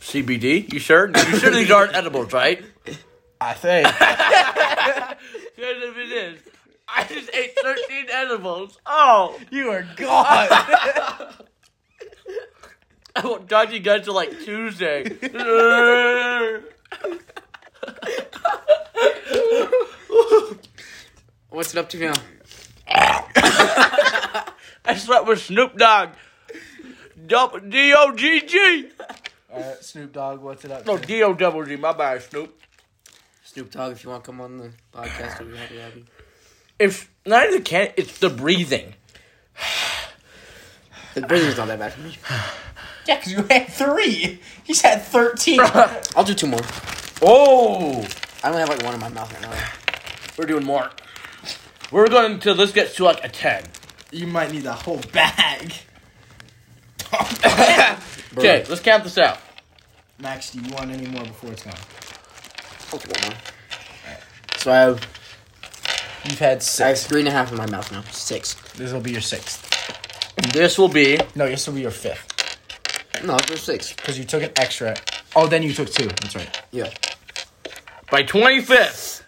Speaker 2: CBD? You sure? You sure these aren't edibles, right?
Speaker 3: I think.
Speaker 2: Yes, if it is. I just ate 13 edibles. Oh!
Speaker 3: You are gone.
Speaker 2: I won't talk to you guys till like Tuesday. What's
Speaker 1: What's it up to now?
Speaker 2: I slept with Snoop Dogg. Double D O G G.
Speaker 3: Alright, Snoop Dogg, what's it up?
Speaker 2: No,
Speaker 3: to?
Speaker 2: D O double G. My bad, Snoop.
Speaker 1: Snoop Dogg, if you want to come on the podcast, we'll be happy to have you.
Speaker 2: It's not even the can. It's the breathing.
Speaker 1: The Brady's not that bad for me.
Speaker 3: Yeah, because you had three. He's had 13.
Speaker 1: I'll do two more.
Speaker 2: Oh,
Speaker 1: I only have like one in my mouth right now. We're doing more.
Speaker 2: we're going until this gets to like a ten.
Speaker 4: You might need a whole bag.
Speaker 2: Okay, let's count this out.
Speaker 4: Max, do you want any more before it's gone?
Speaker 1: I'll do one more. So I have,
Speaker 3: You've had
Speaker 1: I have
Speaker 3: six.
Speaker 1: three and a half in my mouth now. Six.
Speaker 3: This will be your sixth.
Speaker 2: This will be
Speaker 3: No, this will be your fifth.
Speaker 1: No, there's six.
Speaker 3: Because you took an extra. Oh, then you took two. That's right.
Speaker 1: Yeah.
Speaker 2: by twenty fifth.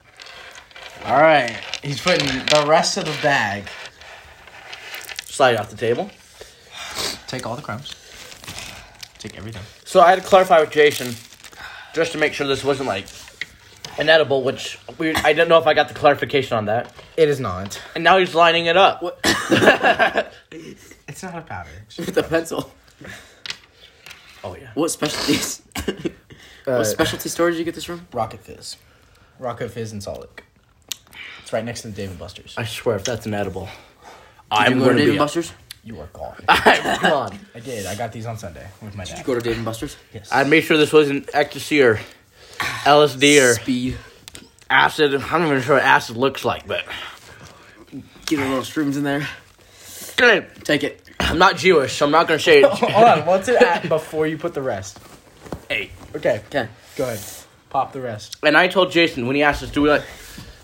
Speaker 3: All right.
Speaker 4: He's putting the rest of the bag.
Speaker 2: Slide off the table.
Speaker 3: Take all the crumbs. Take everything.
Speaker 2: So I had to clarify with Jason, just to make sure this wasn't like inedible, which we, I didn't know if I got the clarification on that.
Speaker 3: It is not.
Speaker 2: And now he's lining it up.
Speaker 4: It's not a powder.
Speaker 1: With the pencil.
Speaker 2: Oh yeah.
Speaker 1: What specialties?
Speaker 3: Uh,
Speaker 1: what specialty store did you get this from?
Speaker 3: Rocket Fizz. Rocket Fizz and Solic. It's right next to the David Buster's.
Speaker 2: I swear, if that's inedible,
Speaker 1: Did
Speaker 2: I'm
Speaker 1: you go
Speaker 2: going
Speaker 1: to Dave
Speaker 2: to
Speaker 1: and
Speaker 2: be.
Speaker 1: Buster's?
Speaker 3: You are gone.
Speaker 2: I'm gone.
Speaker 3: I did. I got these on Sunday with my
Speaker 1: Did you
Speaker 3: dad.
Speaker 1: go to Dave and Buster's?
Speaker 3: Yes.
Speaker 2: I made sure this wasn't ecstasy or LSD or
Speaker 1: Speed.
Speaker 2: acid. I'm not even sure what acid looks like, but
Speaker 1: Get a little shrooms in there.
Speaker 2: Okay,
Speaker 1: Take it.
Speaker 2: I'm not Jewish, so I'm not going to say
Speaker 3: Hold
Speaker 2: it.
Speaker 3: on. What's it at before you put the rest?
Speaker 2: Hey.
Speaker 3: Okay.
Speaker 1: Okay.
Speaker 3: Go ahead. Pop the rest.
Speaker 2: And I told Jason when he asked us, do we like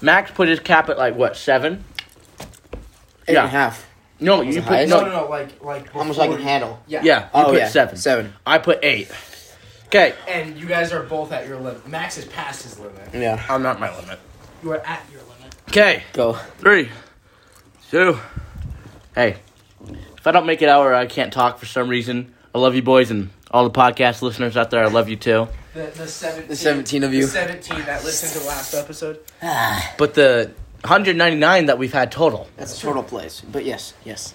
Speaker 2: Max put his cap at like what seven?
Speaker 1: Eight
Speaker 2: Yeah.
Speaker 1: and a half.
Speaker 2: No, you
Speaker 1: it
Speaker 2: put
Speaker 1: highest? Oh,
Speaker 2: no.
Speaker 1: No,
Speaker 4: no, like like
Speaker 1: Almost like a handle.
Speaker 4: Yeah.
Speaker 2: Yeah, you put seven.
Speaker 1: Seven.
Speaker 2: I put eight. Okay,
Speaker 4: And you guys are both at your limit. Max is past his limit.
Speaker 1: Yeah.
Speaker 2: I'm not my limit.
Speaker 4: You are at your limit.
Speaker 2: Okay,
Speaker 1: Go.
Speaker 2: three, two. Hey, if I don't make it out or I can't talk for some reason, I love you boys and all the podcast listeners out there. I love you too.
Speaker 4: The the seventeen.
Speaker 1: The 17 of you.
Speaker 4: The seventeen that listened to the last episode.
Speaker 2: But the 199 that we've had total,
Speaker 1: That's Mm-hmm. a total place. But yes, yes.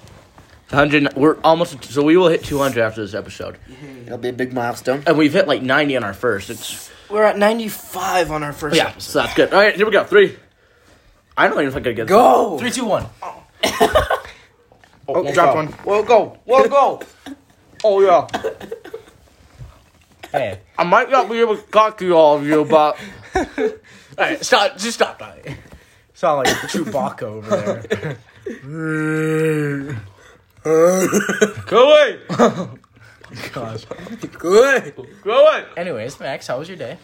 Speaker 2: the 100, we're almost so we will hit 200 after this episode,
Speaker 1: It'll be a big milestone.
Speaker 2: and we've hit like 90 on our first. It's
Speaker 1: We're at 95 on our first
Speaker 2: yeah, so that's good. All right, here we go. Three. I don't even think I could get this.
Speaker 1: Go!
Speaker 3: Three, two, one.
Speaker 2: Oh,
Speaker 3: Whoa,
Speaker 2: dropped
Speaker 3: go.
Speaker 2: one. Well, go. Well, go. Oh yeah.
Speaker 3: Hey.
Speaker 2: I might not be able to talk to all of you, but
Speaker 3: Alright, stop. Just stop. Donnie. Sound like Chewbacca over there.
Speaker 2: go away,
Speaker 3: Gosh.
Speaker 1: Good!
Speaker 2: go away.
Speaker 3: Anyways, Max, how was your day?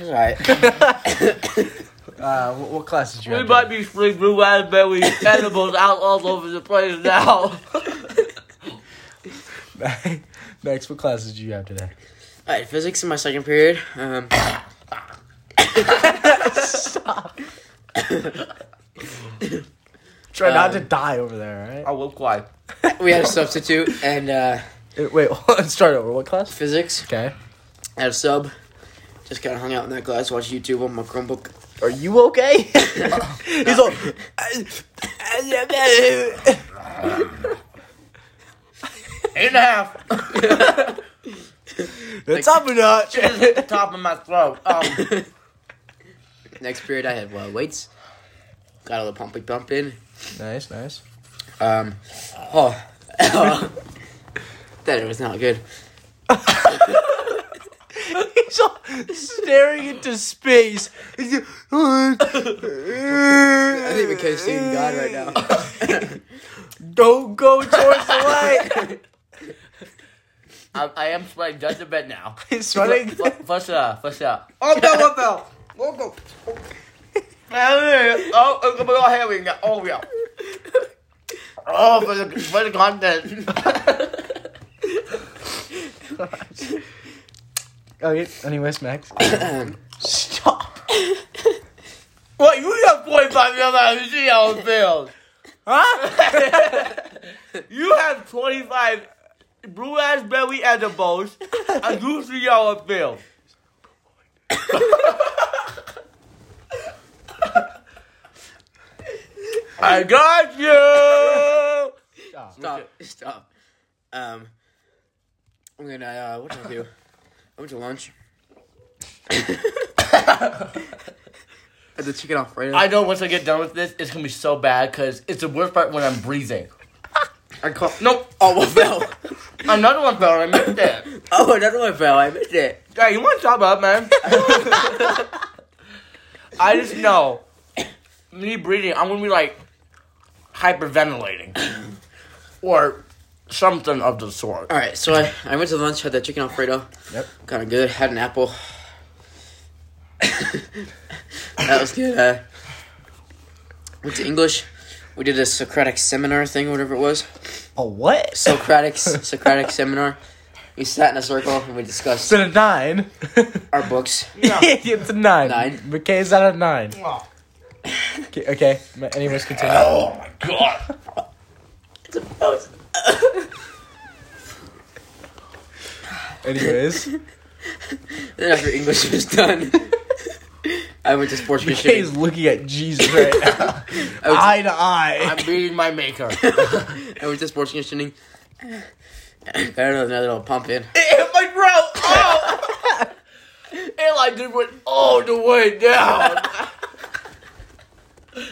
Speaker 1: Alright.
Speaker 3: Uh, what, what class did you
Speaker 2: We
Speaker 3: have?
Speaker 2: might be spring blue raspberry edibles out all over the place now.
Speaker 3: Max? Max, what classes did you have today?
Speaker 1: Alright, physics in my second period. Um,
Speaker 3: Try
Speaker 1: not to
Speaker 3: die over there,
Speaker 2: I will cry.
Speaker 1: we had a substitute and uh,
Speaker 3: right? Wait, hold on, start over. What class?
Speaker 1: physics.
Speaker 3: Okay.
Speaker 1: I had a sub. Just kind of hung out in that class, watched YouTube on my Chromebook.
Speaker 3: Are you okay? He's all.
Speaker 2: Eight and a half.
Speaker 3: It's up a notch.
Speaker 2: Just hit the top of my throat. Um,
Speaker 1: Next period, I had uh, weights. Got a little pumpy pump in.
Speaker 3: Nice, nice.
Speaker 1: Um, oh, that it was not good.
Speaker 3: He's all staring into space.
Speaker 1: I think we could have seen God right now.
Speaker 3: Don't go towards the light.
Speaker 2: I, I am sweating just a bit now.
Speaker 3: He's sweating.
Speaker 2: Fl- Flush it out. Flush it out.
Speaker 4: Oh no, what the? Oh go.
Speaker 2: Oh, oh, oh, here we go. Oh yeah. Oh, for the for the content.
Speaker 3: Okay. Anyways, Max.
Speaker 2: Stop. what? You have 25 years out of jail, Bill. Huh? you have 25 blue raspberry edibles and you three hour bill. I got you.
Speaker 1: Stop, stop. Um, I'm gonna, uh, what did I do? I went to lunch. Had the chicken off right
Speaker 2: I know once I get done with this, it's gonna be so bad because it's the worst part when I'm breathing.
Speaker 1: I call.
Speaker 2: Nope.
Speaker 1: Oh, what fell?
Speaker 2: Another one fell. I missed it.
Speaker 1: oh, another one fell. I missed it.
Speaker 2: Hey, you want to chop up, man? I just know me breathing. I'm gonna be like hyperventilating or something of the sort.
Speaker 1: All right, so I, I went to lunch, had that chicken alfredo.
Speaker 3: Yep.
Speaker 1: Kind of good. Had an apple. that was good. Uh, went to English. We did a Socratic seminar thing, whatever it was.
Speaker 3: A what?
Speaker 1: Socratic Socratic seminar. We sat in a circle and we discussed
Speaker 3: a nine.
Speaker 1: our books.
Speaker 3: it's a nine.
Speaker 1: Nine.
Speaker 3: McKay's out of nine.
Speaker 4: Oh,
Speaker 3: Okay, okay. ma- anyways, continue.
Speaker 2: my god.
Speaker 3: Anyways,
Speaker 1: Then after English was done, I went to sports
Speaker 3: McKay's
Speaker 1: history.
Speaker 3: looking at Jesus right now,
Speaker 1: I went to-
Speaker 3: eye to eye.
Speaker 2: I'm beating my maker.
Speaker 1: I went to sports conditioning. Got another little pump in.
Speaker 2: It hit my throat. Oh! and I just went all the way down.
Speaker 1: That's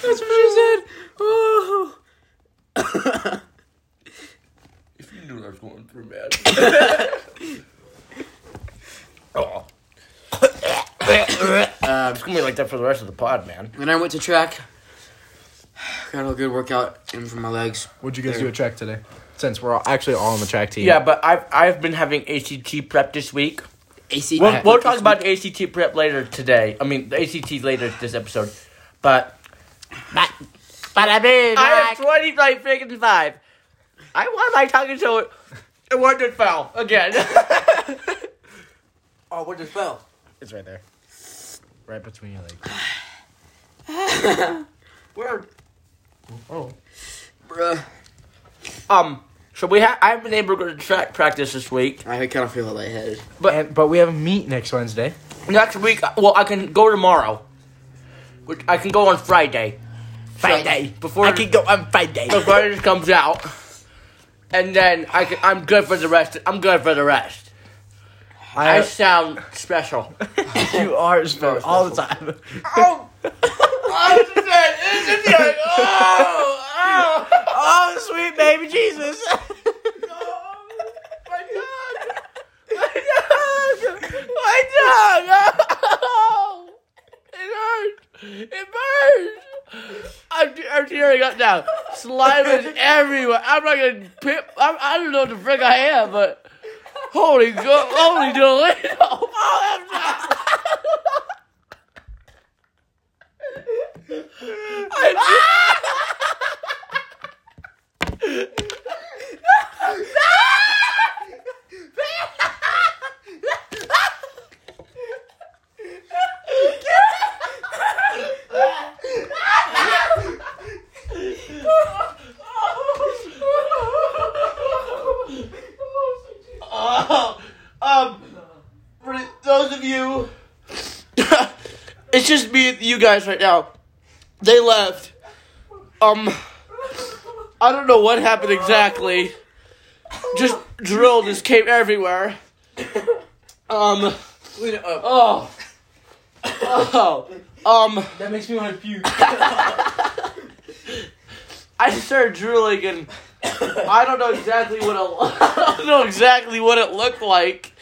Speaker 1: what she said. Oh.
Speaker 2: if you knew what I was going through, man. oh.
Speaker 1: Um,
Speaker 2: Uh, It's gonna be like that for the rest of the pod, man.
Speaker 1: then I went to track. Got a good workout in for my legs.
Speaker 3: Would you guys do a track today? Since we're all, actually all on the track team.
Speaker 2: Yeah, but I've I've been having ACT prep this week.
Speaker 1: AC.
Speaker 2: We'll, we'll talk about ACT prep later today. I mean, the ACT later this episode. But
Speaker 1: But, but I mean,
Speaker 2: I am twenty five freaking five. I want my tongue until it it went and fell again.
Speaker 1: oh, what just fell?
Speaker 3: it's right there, right between your legs.
Speaker 2: Weird.
Speaker 3: Oh,
Speaker 1: Bruh.
Speaker 2: Um. So we ha- I haven't been able to go to track practice this week.
Speaker 1: I kind of feel lightheaded.
Speaker 3: but and, but we have a meet next Wednesday.
Speaker 2: Next week, uh, well, I can go tomorrow. Which I can go on Friday.
Speaker 1: Friday.
Speaker 2: before
Speaker 3: go on Friday.
Speaker 2: before this comes out, and then I can, I'm good for the rest. I'm good for the rest. I
Speaker 3: I,
Speaker 2: sound special.
Speaker 3: you are special all the time.
Speaker 2: oh, oh, it's just- it's just like, oh, oh,
Speaker 3: oh, sweet baby Jesus.
Speaker 2: oh, my God, my God, my God. Oh, it hurts. It burns. I'm, I'm tearing up now. Slime is everywhere. I'm not gonna pip. I'm, I don't know what the frick I am, but holy go, holy Toledo! Oh, I'm not. Oh, um, for those of you, it's just me and you guys right now. They left. Um, I don't know what happened exactly. Just drill just came everywhere. Um, oh, oh, um.
Speaker 3: That makes me want to puke.
Speaker 2: I just started drooling and I don't know exactly what it, I don't know exactly what it looked like.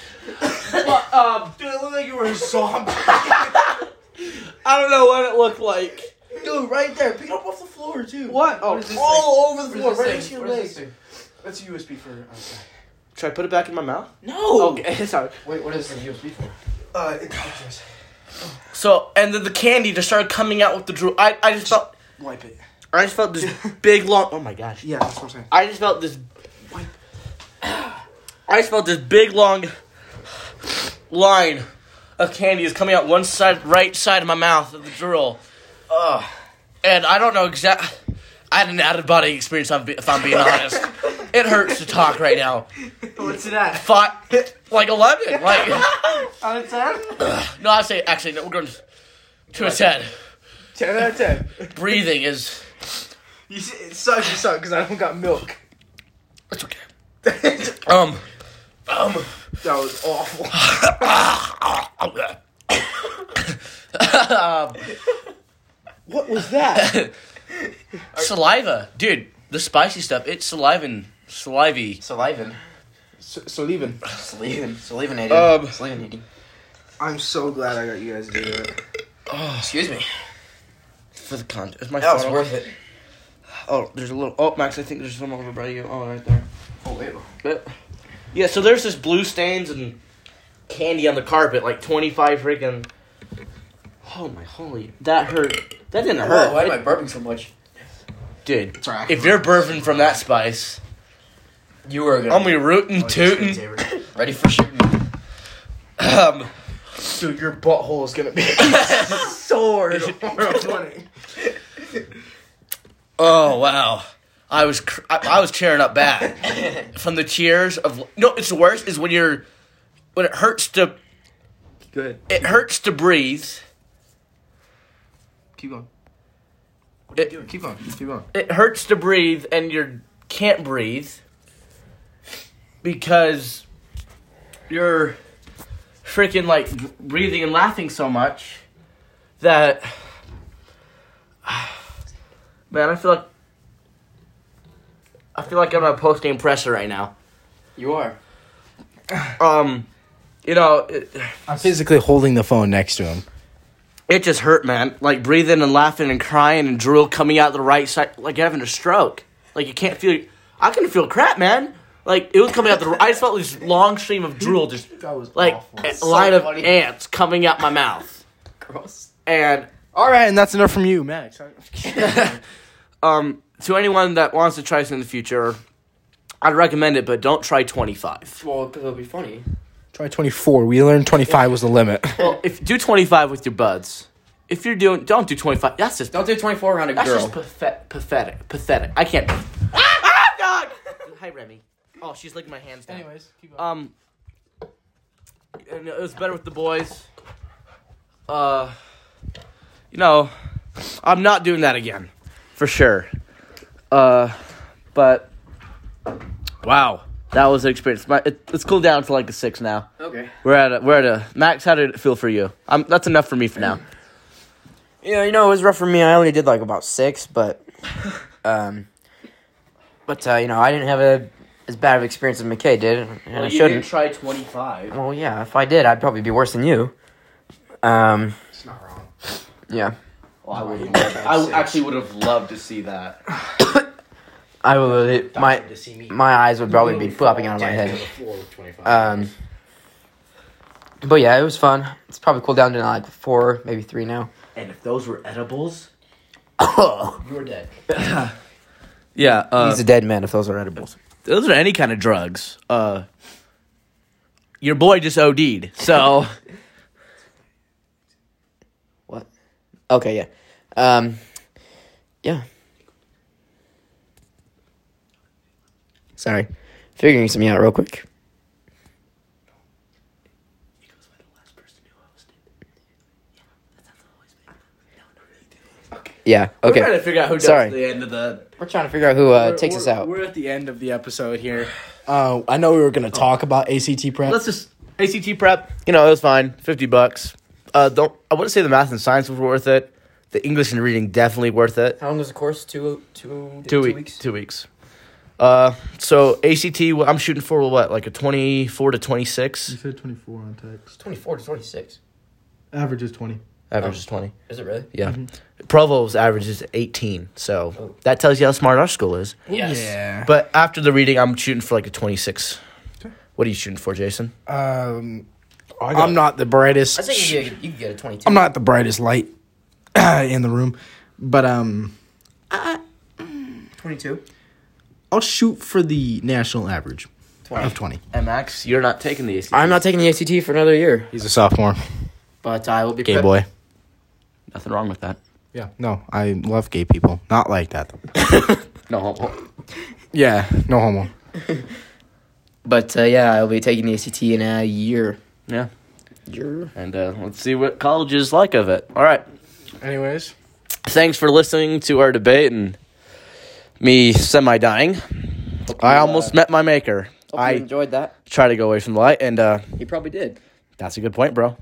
Speaker 2: But, um,
Speaker 3: Dude, it looked like you were a zombie.
Speaker 2: I don't know what it looked like.
Speaker 3: Dude, right there. Pick it up off the floor, too.
Speaker 2: What? Oh,
Speaker 4: is this
Speaker 2: all over the
Speaker 4: what
Speaker 2: floor.
Speaker 4: is
Speaker 2: Right
Speaker 4: this
Speaker 2: next to
Speaker 4: thing?
Speaker 2: your
Speaker 4: What is
Speaker 2: leg.
Speaker 4: this thing? That's a USB for.
Speaker 3: uh,
Speaker 4: oh, sorry.
Speaker 2: Should I put it back in my mouth?
Speaker 3: No.
Speaker 2: Okay, sorry.
Speaker 4: Wait, what is the USB for? Uh, it just
Speaker 2: So, and then the candy just started coming out with the drool. I, I just felt,
Speaker 4: wipe it.
Speaker 2: I just felt this big long. Oh my gosh.
Speaker 4: Yeah, that's what I'm saying.
Speaker 2: I just felt this. I just felt this big long line of candy is coming out one side, right side of my mouth of the drool. Ugh. And I don't know exactly. I had an out of body experience. I'm be- If I'm being honest, it hurts to talk right now.
Speaker 4: What's it at?
Speaker 2: Five, like eleven, like Oh,
Speaker 4: Out of
Speaker 2: uh,
Speaker 4: ten.
Speaker 2: no, I say actually no, we're going to a ten.
Speaker 4: Ten out of ten.
Speaker 2: Breathing is
Speaker 4: You s it sucks. You suck because I don't got milk.
Speaker 2: it's okay.
Speaker 4: that
Speaker 2: Um, um.
Speaker 4: was awful.
Speaker 2: um
Speaker 4: What was that?
Speaker 5: saliva, dude. The spicy stuff. It's salivin, salivy.
Speaker 1: Salivin.
Speaker 6: So, so leaving.
Speaker 1: Salivin. Salivinating.
Speaker 6: Um,
Speaker 1: Salivinating.
Speaker 6: I'm so glad I got you guys to do that.
Speaker 1: Excuse me.
Speaker 2: For the con, is my
Speaker 1: That was
Speaker 2: phone
Speaker 1: worth it.
Speaker 2: Oh, there's a little. Oh, Max, I think there's some over by you. Oh, right there.
Speaker 1: Oh, wait.
Speaker 2: But yeah, so there's this blue stains and candy on the carpet, like 25 freaking. Oh my holy! That hurt. That didn't hurt,
Speaker 1: Whoa, why am I burping so much?
Speaker 2: dude.
Speaker 6: Sorry.
Speaker 2: If you're burping from that spice,
Speaker 1: You were
Speaker 2: I'm
Speaker 1: gonna
Speaker 2: gonna Oh, be rootin' tootin'.
Speaker 1: ready for shooting.
Speaker 2: Um,
Speaker 6: Dude, your butthole is gonna be sore tomorrow morning.
Speaker 2: oh wow, I was cr- I, I was cheering up bad from the cheers of no. It's the worst is when you're when it hurts to
Speaker 6: Good.
Speaker 2: it hurts to breathe.
Speaker 6: Keep going.
Speaker 2: It-
Speaker 6: Keep going. Keep going.
Speaker 2: it hurts to breathe and you can't breathe because you're freaking like b- breathing and laughing so much that man i feel like i feel like i'm on a post-game presser right now
Speaker 1: You are.
Speaker 2: um you know it,
Speaker 3: I'm physically holding the phone next to him.
Speaker 2: it just hurt man like breathing and laughing and crying and drool coming out the right side like you're having a stroke like you can't feel i couldn't feel crap man like it was coming out the i just felt this long stream of drool just
Speaker 6: That was
Speaker 2: like a
Speaker 6: awful.
Speaker 2: line of ants coming out my mouth
Speaker 1: Gross.
Speaker 2: and
Speaker 3: All right, and that's enough from you, Max.
Speaker 2: um to anyone that wants to try this in the future i'd recommend it but don't try 25
Speaker 1: Well, because it'll be funny.
Speaker 3: Try 24. We learned 25 was the limit.
Speaker 2: well if do 25 with your buds if you're doing don't do 25 that's just
Speaker 1: Don't do 24 around a
Speaker 2: That's
Speaker 1: girl.
Speaker 2: just pathet- pathetic. Pathetic. I can't. ah, dog! Hi, Remy. Oh, she's licking my hands down.
Speaker 3: keep
Speaker 2: Um, and it was better with the boys. Uh, you know, I'm not doing that again, for sure. Uh, but wow, that was an experience. My, it, it's cooled down to like a six now.
Speaker 1: okay.
Speaker 2: We're at a, we're at a max. How did it feel for you? Um, that's enough for me for now.
Speaker 1: Yeah, you know, it was rough for me. I only did like about six, but, um, but uh, you know, I didn't have a as bad of experience as McKay did, and I shouldn't.
Speaker 2: try 25.
Speaker 1: Well, yeah, if I did, I'd probably be worse than you. Um,
Speaker 6: It's not wrong.
Speaker 1: yeah,
Speaker 2: I, would
Speaker 6: I actually
Speaker 2: would have loved to see that.
Speaker 1: I would. My
Speaker 3: to see me.
Speaker 1: my eyes would probably be flopping out of my head.
Speaker 3: Uh,
Speaker 1: Um, but yeah, it was fun. It's probably cooled down to like four, maybe three now.
Speaker 2: And if those were edibles,
Speaker 1: you were dead.
Speaker 3: uh,
Speaker 2: yeah, uh,
Speaker 1: He's a dead man if those are edibles.
Speaker 2: those are any kind of drugs. Uh, your boy just OD'd, so
Speaker 1: Okay, yeah. Um, yeah. Sorry. Figuring something out real quick. Yeah, okay.
Speaker 2: trying to figure out who does
Speaker 1: Sorry.
Speaker 2: the end of the.
Speaker 1: We're trying to figure out who uh,
Speaker 6: We're-
Speaker 1: takes
Speaker 6: we're-
Speaker 1: us out.
Speaker 6: We're at the end of the episode here.
Speaker 3: Uh, I know we were going to talk about ACT prep.
Speaker 2: Let's just ACT prep. You know, it was fine. Fifty bucks. Uh, don't I wouldn't say the math and science was worth it. The English and reading definitely worth it.
Speaker 1: How long was the course? Two, two,
Speaker 2: Two, weeks. Two weeks. Uh, so ACT, I'm shooting for what, like a twenty-four to twenty-six.
Speaker 6: said 24 on text.
Speaker 1: 24 to 26.
Speaker 6: Average is 20.
Speaker 2: Average is twenty.
Speaker 1: Is it really?
Speaker 2: Yeah. Provo's average is 18, so that tells you how smart our school is.
Speaker 3: Yeah.
Speaker 2: But after the reading, I'm shooting for like a 26. What are you shooting for, Jason?
Speaker 3: Um, I'm not the brightest.
Speaker 1: I think you could get, you could get a 22.
Speaker 3: I'm not the brightest light in the room, but um, mm.
Speaker 1: 22?
Speaker 3: I'll shoot for the national average
Speaker 1: 20.
Speaker 3: of 20.
Speaker 2: MX, you're not taking the AC.
Speaker 1: I'm not taking the ACT for another year,
Speaker 3: He's a sophomore,
Speaker 1: but I will be
Speaker 3: gay
Speaker 1: prep-
Speaker 3: boy.
Speaker 2: Nothing wrong with that.
Speaker 3: Yeah. No, I love gay people. Not like that. though.
Speaker 2: No.
Speaker 3: yeah. No homo.
Speaker 1: But uh, yeah, I'll be taking the ACT in a year.
Speaker 2: Yeah.
Speaker 1: Year.
Speaker 2: And uh, let's see what college is like of it. All right.
Speaker 3: Anyways,
Speaker 2: Thanks for listening to our debate and me semi dying. I
Speaker 1: uh,
Speaker 2: almost met my maker.
Speaker 1: I
Speaker 2: I
Speaker 1: enjoyed that.
Speaker 2: try to go away from the light, and uh,
Speaker 1: He probably did.
Speaker 2: that's a good point, bro.